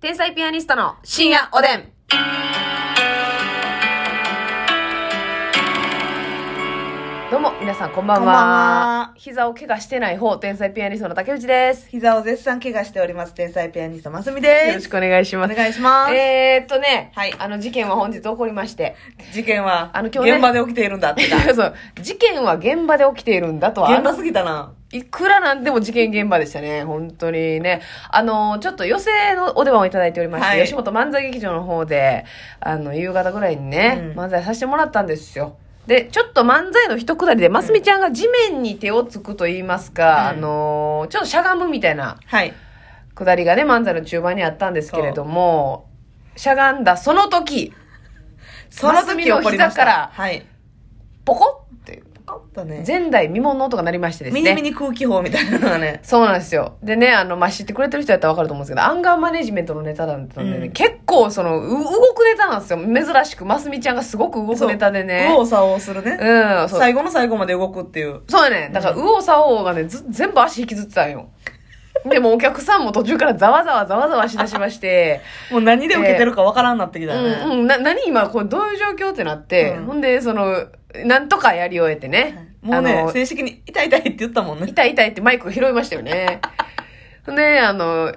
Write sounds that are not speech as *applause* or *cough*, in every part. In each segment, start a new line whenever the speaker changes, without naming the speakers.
天才ピアニストの深夜おでん。どうも、皆さん、こんばんは。
こんばんは
膝を怪我してない方、天才ピアニストの竹内です。
膝を絶賛怪我しております。天才ピアニスト、ますみ
よ
で
ろし
す。
くお願いし
お
ます。
願いします。
えーっとね、
はい
あの事件は本日起こりま
*laughs*
して、
事件は、
あの今日ね
現場で起きているんだっ
*laughs*
てな
そう事件は現場で起きているんだとは
現場すぎたな。
いくらなんでも事件現場でしたね。本当にね。あの、ちょっと寄席のお出番をいただいておりまして、
はい
吉本漫才劇場の方で、あの、夕方ぐらいにね、
うん
漫才させてもらったんですよ。で、ちょっと漫才の一くだりで、ますみちゃんが地面に手をつくと言いますか、
うん
あの、ちょっとしゃがむみたいな
はい。
くだりがね、漫才の中盤にあったんですけれども、しゃがんだその時、
その
ますみ
時起
の
こりま
膝
し
か
た。
ら
はい。
ポコって、
あったね。
前代未聞の音が鳴りましてです
ミ
ね。
ニミニ空気砲みたいなのが
*laughs*
ね。
そうなんですよ。でね、あの、まあ、知ってくれてる人やったらわかると思うんですけど、アンガーマネジメントのネタだったんでね、
うん
結構その、う動くネタなんですよ。珍しく、ますみちゃんがすごく動くネタでね
右。往左往するね。
うん、そう。
最後の最後まで動くっていう。
そうやね。だから、右往左往がね、ず全部足引きずってたんよ。でもお客さんも途中からざわざわざわざわしだしま
*laughs*
して、
もう何で受けてるかわからんなってきたよね。
うん、うん、な、何今、これどういう状況ってなって、
うん
ほんで、その、なんとかやり終えてね。
もう
あ
ね
の、
正式に痛い痛いって言ったもんね。
*laughs* 痛い痛いってマイク拾いましたよね。で、あの、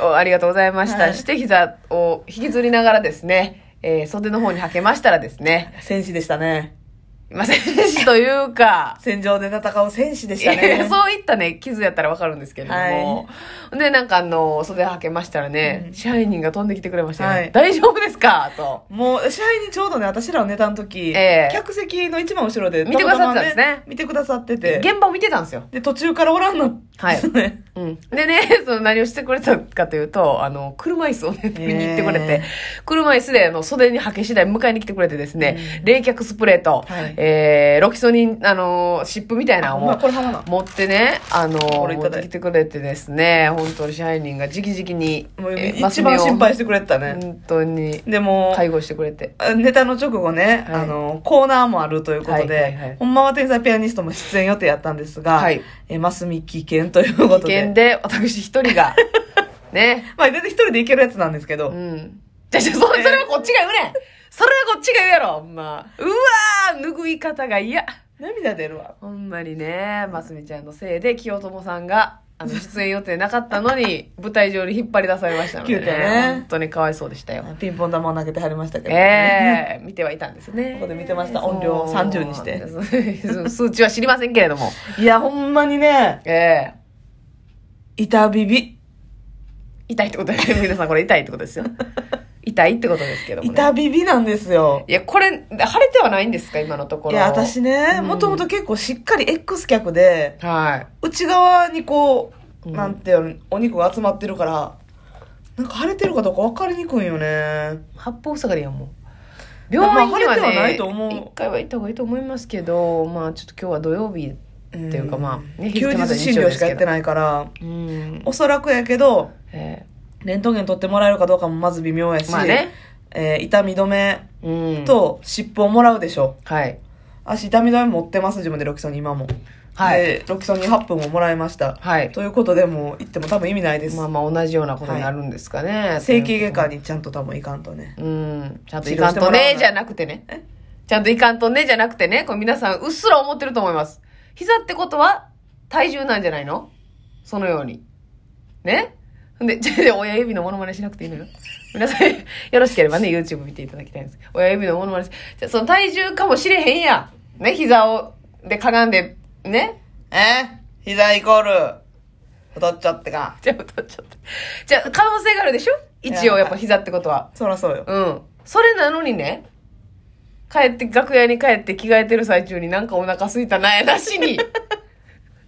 おありがとうございました。
はい
して、膝を引きずりながらですね、えー袖の方にはけましたらですね、
戦士でしたね。
まあ、選手というか、
戦場で戦う戦士でした
いや
ね。
そういったね、傷やったらわかるんですけれども。で、なんかあの、袖はけましたらね、
うん
支配人が飛んできてくれましたね、
はい
大丈夫ですかと。
もう、試合にちょうどね、私らのネタの時、
ええ
客席の一番後ろで、
見てくださってたんですね
まま見てくださってて、
現場を見てたんですよ。
で、途中からおらんの。
はい
*laughs* ね
うん、でね、 *laughs* その何をしてくれたかというと、あの、車椅子をね、取りに行ってくれて
え、
車椅子で、あの、袖に履け次第迎えに来てくれてですね、
うん
冷却スプレーと、
はい
えー、ロキソニン、あの、湿布みたいなの
まあ、
を
これ浜な。
持ってね、あの、
これい
持
た
って
だいて
きてくれてですね、本当に支配人が直々に、
もう、
えー
一番心、
マス
配してくれてた
ミを
ね。
本当に、
でも、
介護してくれて。
ネタの直後ね、
はい
あの、コーナーもあるということで、
はいはいはい
ほんまは天才ピアニストも出演予定やったんですが、
はい
えー、マスミ危険ということ
危険
で。
で、私一人
*laughs*
が、ね、
まあ、全然一人で行けるやつなんですけど、
うん。じゃあ、じゃあ、そそれはこっちが言うねんそれはこっちが言うやろ、ほんま。うわー拭い方が嫌
涙出るわ。
ほんまにね、ますみちゃんのせいで、清友さんが、あの、
*laughs*
出演予定なかったのに、舞台上に引っ張り出されましたので、ね。
急遽ね
本当にかわいそうでしたよ。
ピンポン玉を投げてはりましたけど、
ええ見てはいたんですね。
ここで見てました音量を30にして
そう。数値は知りませんけれども。
*laughs* いや、ほんまにね、
ええ
板ビビ。
痛いってことですよ。皆さんこれ痛いってこと
*laughs*
ですよ。痛いってことですけどもね。
板ビビなんですよ。
いや、これ、腫れてはないんですか今のところ。
いや、私。ね、
うん
もともと結構しっかり X 脚で、
はい。
内側にこう、
うん
なんていうの、お肉が集まってるから、なんか腫れてるかどうか分かりにくいよね。
八方塞がりやもう病院にはね、
まあ晴れてはないと思う
一回は行った方がいいと思いますけどまあちょっと今日は土曜日
って
いうかまあね
休日診療しかやってないから、
うん、
おそらくやけど、
え
レントゲン取ってもらえるかどうかもまず微妙や
ー
し、
まあね
えー痛み止め
うん
と湿布をもらうでしょ。
はい
足痛み止め持ってます、自分でロキソニン今も。
はい
で、ロキソニン8分ももらいました。
はい
ということでもう行っても多分意味ないです。
まあまあ同じようなことになるんですかね、
整形外科にちゃんと多分行かんとね。
うんちゃんと
治
い
療
か
し
ん
てもら
と
わな
ね
い
じゃなくてねちゃんといかんとねじゃなくてねこれ皆さんうっすら思ってると思います膝ってことは体重なんじゃないのそのようにねで、ちょちょ親指のモノマネしなくていいのよ。皆さん、よろしければね、YouTube 見ていただきたいんです。親指のモノマネし、じゃあその体重かもしれへんやん。ね、膝を、で、かがんで、ね。
え膝イコール、太っちゃってか。
じゃあ、歌っちゃって。じゃあ、可能性があるでしょ一応、やっぱ膝ってことは。
そらそうよ。
うん。それなのにね、帰って、楽屋に帰って着替えてる最中になんかお腹すいたなやなしに。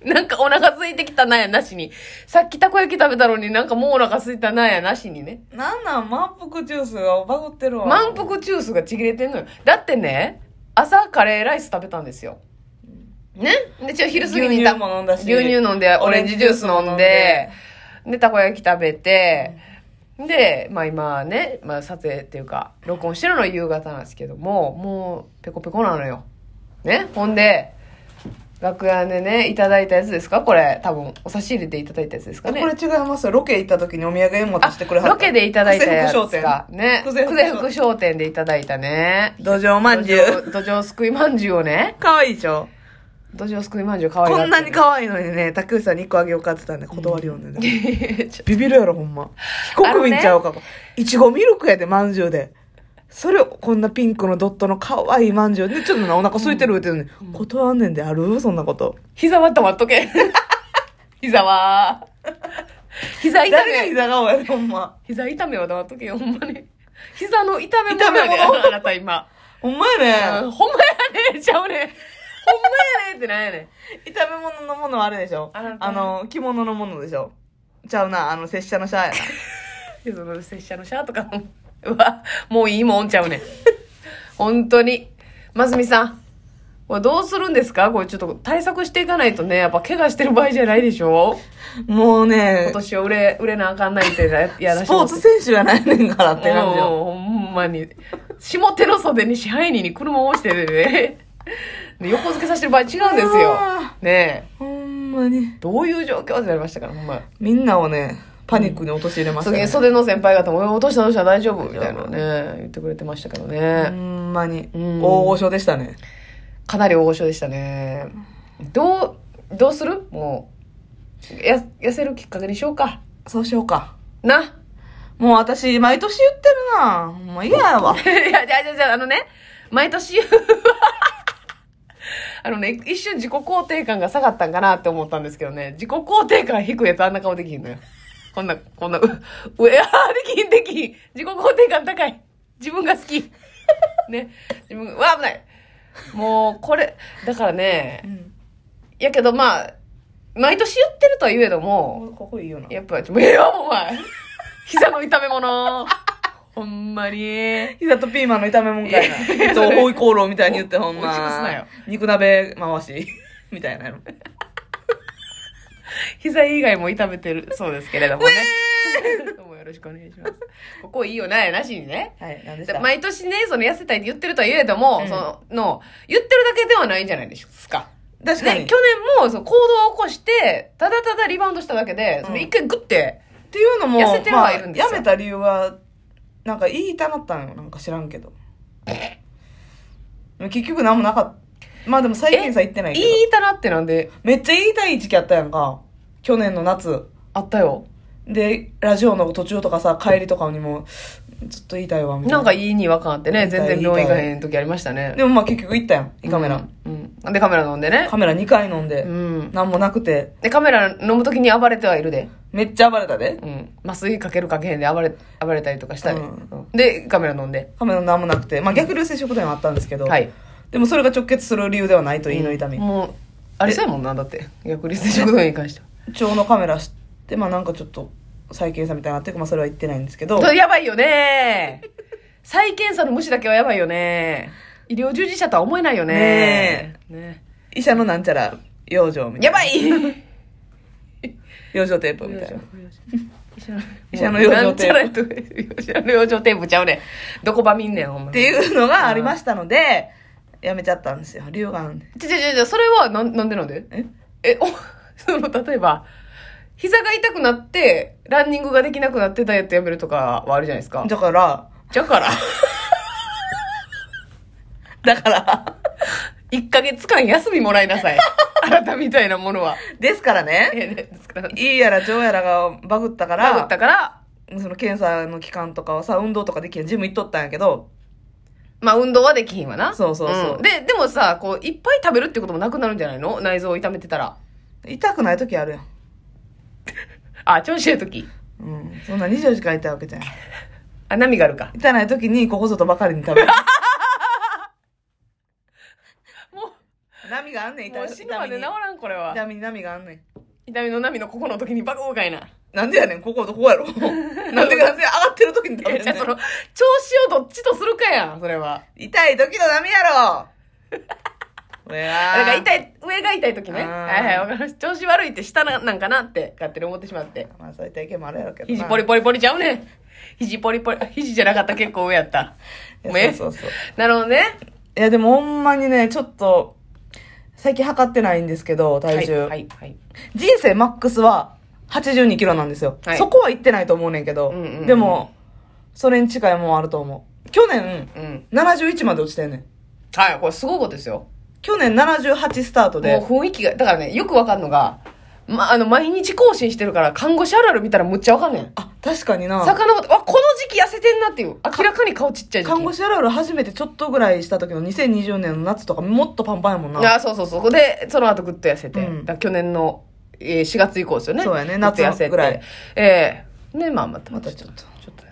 なんかお腹空いてきたなやなしに。さっきたこ焼き食べたのになんかもうお腹空いたなやなしにね。
なんなん、満腹ジュースがバグってるわ。
満腹ジュースがちぎれてんのよ。だってね、朝カレーライス食べたんですよ。ねで、ちょ、昼過ぎに
牛
た
乳も飲んだし。
牛乳飲んで、オレンジジュース飲んで、で、たこ焼き食べて、で、まあ今ね、まあ撮影っていうか、録音してるのは夕方なんですけども、もうペコペコなのよ。ねほんで、楽屋でね、いただいたやつですかこれ、多分、お差し入れでいただいたやつですか
こ
ね。
れ違いますよロケ行った時にお土産持ってきてくれはった
ロケでいただいたや
久世福
つか
商。店
ね。
久世福
久世福商店でいただいたね。
土壌まんじゅ
土
う
壌土壌すくいまんじゅうをね。
かわいいでしょ
土壌すくいまんじゅうかわいい。
こんなに可愛いのにね竹内さんに1個あげようかって言ったんで断るよね、ビビるやろほんま非国民ちゃうかもいちごミルクやでまんじゅうでそれをこんなピンクのドットの可愛いまんじゅうでちょっとなお腹空いてるって言うのに、断んねんであるそんなこと
*laughs* 膝はたまっとけ。膝は。膝痛
誰が
め。
膝顔やでほんま
膝痛めは黙っとけよ、ほんまに。膝の痛めも
痛め物
あなた今。
ほんまや
う
ね
んほんまやねちゃうねほんまやねってなんやね
炒め物のものはあれでしょ
あなた
あの着物のものでしょちゃうなあの拙者のシャアやな
でその拙者のシャーとかもうわもういいもんちゃうねん本当にますみさんこれどうするんですかこれちょっと対策していかないとねやっぱ怪我してる場合じゃないでしょ
*laughs* もうね
今年は売れ売れなあかんないってややら
ス
して
ポー
ます
ツ選手やないねんからって感じよ
うんうんほんまに下手の袖に支配人に車を押しててねで横付けさせてる場合違うんですよ
いや
ねえ
ほんまに
どういう状況ってなりましたからほんま
みんなをね、パニックに陥れました
次
ね。
袖の先輩方も「おいどうしたどうした大丈夫?」みたい
大丈
な
夫
ね言ってくれてましたけどね、
ほんまに。
うん
大御所でしたね。
かなり大御所でしたねどうどうするもうや痩せるきっかけにしようか
そうしようか。
な *laughs*
もう私、毎年言ってるな。もう嫌やわ。
いやじゃあじゃあじゃああのね毎年 *laughs* あのね一瞬自己肯定感が下がったんかなって思ったんですけどね自己肯定感低いやつあんな顔できひんのよこんなこんなう上あーできひんできひん自己肯定感高い自分が好きね自分うわ危ないもうこれだからねやけどまあ、毎年言ってるとは言えども、
ここいいよな。
やっぱ、ええよ、お
*laughs*
前膝の痛め物ほんまに。
膝とピーマンの炒め物か *laughs* い
いや
な。と、包囲コーローみたいに言ってほん
お打ち消すなよ
ま。肉鍋回し。 *laughs* みたいなの。
膝以外も痛めてるそうですけれどもね。 *laughs* どうもよろしくお願いします。ここいいよな、やなしにね。
はい、なんでし
で
た
毎年ね、その痩せたいって言ってるとは言えども、
うん
その、の、言ってるだけではないんじゃないですか。
確か
ね、
に。
去年も、その行動を起こして、ただただリバウンドしただけで、その一回グッて、
っていうのも、
痩せてはいるんですよ
まあやめた理由は、なんか言いたなったのよ。なんか知らんけ *laughs* ど。でも結局何もなかった。まあでも最近さ、言ってないけど。
言いたなってなんで、
めっちゃ言いたい時期あったやんか。去年の夏。
あったよ。
で、ラジオの途中とかさ、帰りとかにも、ちょっと言いたいわ、みたいな。
なんかいいに違和感あってね、
言いたい
全然病院行かへん時ありましたね。
でもまあ結局行ったやん、胃カメラ。
うん。うん。で、カメラ飲んでね
カ。メラ2回飲んで、
うん。
なんもなくて、
で、カメラ飲む時に暴れてはいるで。
めっちゃ暴れたで。
うん。麻酔かけるかけへんで暴れ、暴れたりとかしたり。
うん
うんで、カメラ飲んで。
カメラなんもなくて、まあ逆流性食道炎はあったんですけど、
はい。
でもそれが直結する理由ではないと、胃の痛み。
もう、ありそうやもんな、だって。逆流性食道炎に関しては。
腸のカメラして、まあなんかちょっと、再検査みたいなのあって、まあそれは言ってないんですけど、
とやばいよね再検査の無視だけはやばいよね医療従事者とは思えないよねね
医者のなんちゃら、養生みた
や
いな。
ばい
養生テープみたい
医
な。医
者
者
の
の
養
養
生
生
テ
テ
ー
ー
プ。医者の養生テープちゃうねん。どこば見んねん、ほんまに。
っていうのがありましたので、やめちゃったんですよ。理由があるんで。
ちょちょちょ、それはなんなんでなんで
え
え、お、その、例えば、膝が痛くなって、ランニングができなくなってダイエットやめるとかはあるじゃないですか。
だから、
じゃから、
だから、
1ヶ月間休みもらいなさい。あなたみたいなものは。
ですからね、
え、ねですから、
いいやら、上やらがバグったから、
殴ったから、
その検査の期間とかはさ、運動とかできへん、ジム行っとったんやけど、
まあ運動はできひんわな。
そうそうそうん
で、でもさ、こう、いっぱい食べるってこともなくなるんじゃないの内臓を痛めてたら。
痛くない時あるやん。
あ、調子いい時。
うん。そんな24時間痛いわけじゃん。
あ、波があるか。
痛ない時に、ここぞとばかりに食べ
*laughs*
る。
もう、
波があんねん、痛
もう
み。
死ぬまで治
痛みに
らん、これは。
痛みに波があんねん。
痛みの波のここの時にバカかいな。
なんでやねん、こことこ
*laughs*
こやろ。なんでなんで上がってる時に食べ
いや
る
じ
ね
ゃあ
ん
その、調子をどっちとするかやん、それは。
痛い時の波
*laughs*
やろ俺
だ
は。
から痛い、上が痛い時ね。
あー
はいはい、わかりました。調子悪いって下ななんかなって、勝手に思ってしまって。
まあそういった意見もあるやろうけどな。
肘ポリポリポリちゃうねん。肘ポリポリ、肘じゃなかった結構上やった。
いや
もうええ
そうそうそう。
なるほどね。
いやでもほんまにね、ちょっと、最近測ってないんですけど、体重。
はい、はい、はい。
人生マックスは82キロなんですよ、
はい
そこは行ってないと思うねんけど、
うんうんうん
でもそれに近いもんあると思う去年
うん。
71まで落ちてんねん
はい、これすごいことですよ。
去年78スタート
も
で
う雰囲気が、だからね、よくわかんのが、ま、あの、毎日更新してるから、看護師あるある見たらむっちゃわかんねん。
あ確かにな
遡って、わ、この時期痩せてんなっていう。明らかに顔ちっちゃい時期。
看護師あるある初めてちょっとぐらいした時の2020年の夏とかもっとパンパンやもんな
あそうそうそう。で、その後ぐっと痩せて。
うん
だから去年の、えー4月以降ですよね。
そうやね
ぐっと痩せて
夏ぐらい。
ええね、まあまた。
またちょっと
ちょっとね。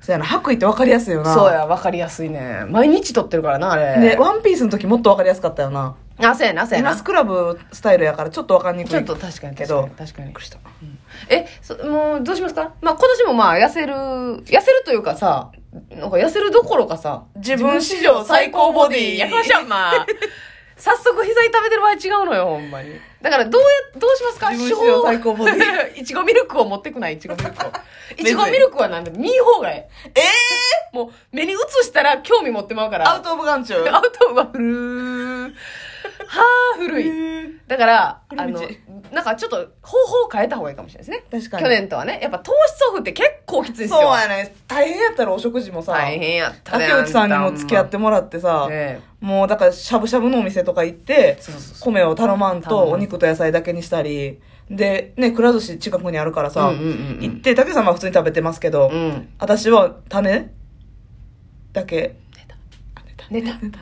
そうやな白衣って分かりやすいよな
そうや、わかりやすいね。毎日撮ってるからな、あれ。
でワンピースの時もっと分かりやすかったよな
あ、そうやな、そう
テ
や
ナ
な。
スクラブスタイルやからちょっと分かんにくい
ちょっと確かに
け
確
ど
かに確か
びっ
に
くりした
えそもうどうしますかまあ今年もまあ痩せる痩せるというかさなんか痩せるどころかさ
自分史上最高ボディ
やかましいわ *laughs* まあ早速膝痛めてる場合違うのよほんまにだからどうやどうしますか
自分史上最高ボデ
ィ *laughs* いちごミルクを持ってくないいちごミル
*laughs*
クをい
ずい
ちごミルクはなんで見ん方がえええもう目に映したら興味持ってまうから
アウトオブ眼中
アウトは古ーはあ古いだから、あ
古道
の、なんかちょっと方法を変えた方がいいかもしれないですね。
確かに
去年とはね、やっぱ糖質オフって結構きついですよ。
そうやね。大変やったらお食事もさ、
大変やったね。
竹内さんにも付き合ってもらって
あ
さ
んた、ね
もうだからしゃぶしゃぶのお店とか行って、
そうそうそ
米を頼まん
頼まん
とお肉と野菜だけにしたり、で、ね、くら寿司近くにあるからさ、
うんうんうんうん
行って、竹内さんは普通に食べてますけど、
う。うん。
私は種だけ。
寝た。
寝た。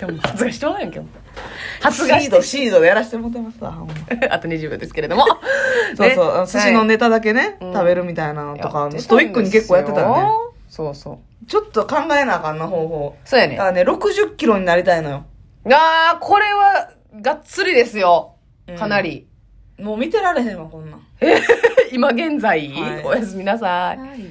でも発芽してもらえんけど。
シ
発芽
ー
し
ド、
て。
シードでやらせてもらってますわほんま
あと20秒ですけれども。
*laughs* そうそう、寿司の
ね
ネタだけね、
うん
食べるみたいなの
はい
とか
やっ、てたんですよ
ストイックに結構やってたね。。
そうそう。
ちょっと考えなあかんな方法。
そうや
だ
ね
か。らね、60キロになりたいのよ。
あー、これは、がっつりですよ。かな
*laughs*
り。
もう見てられへんわ、こんなん。
今現在、
はい
おやすみなさい。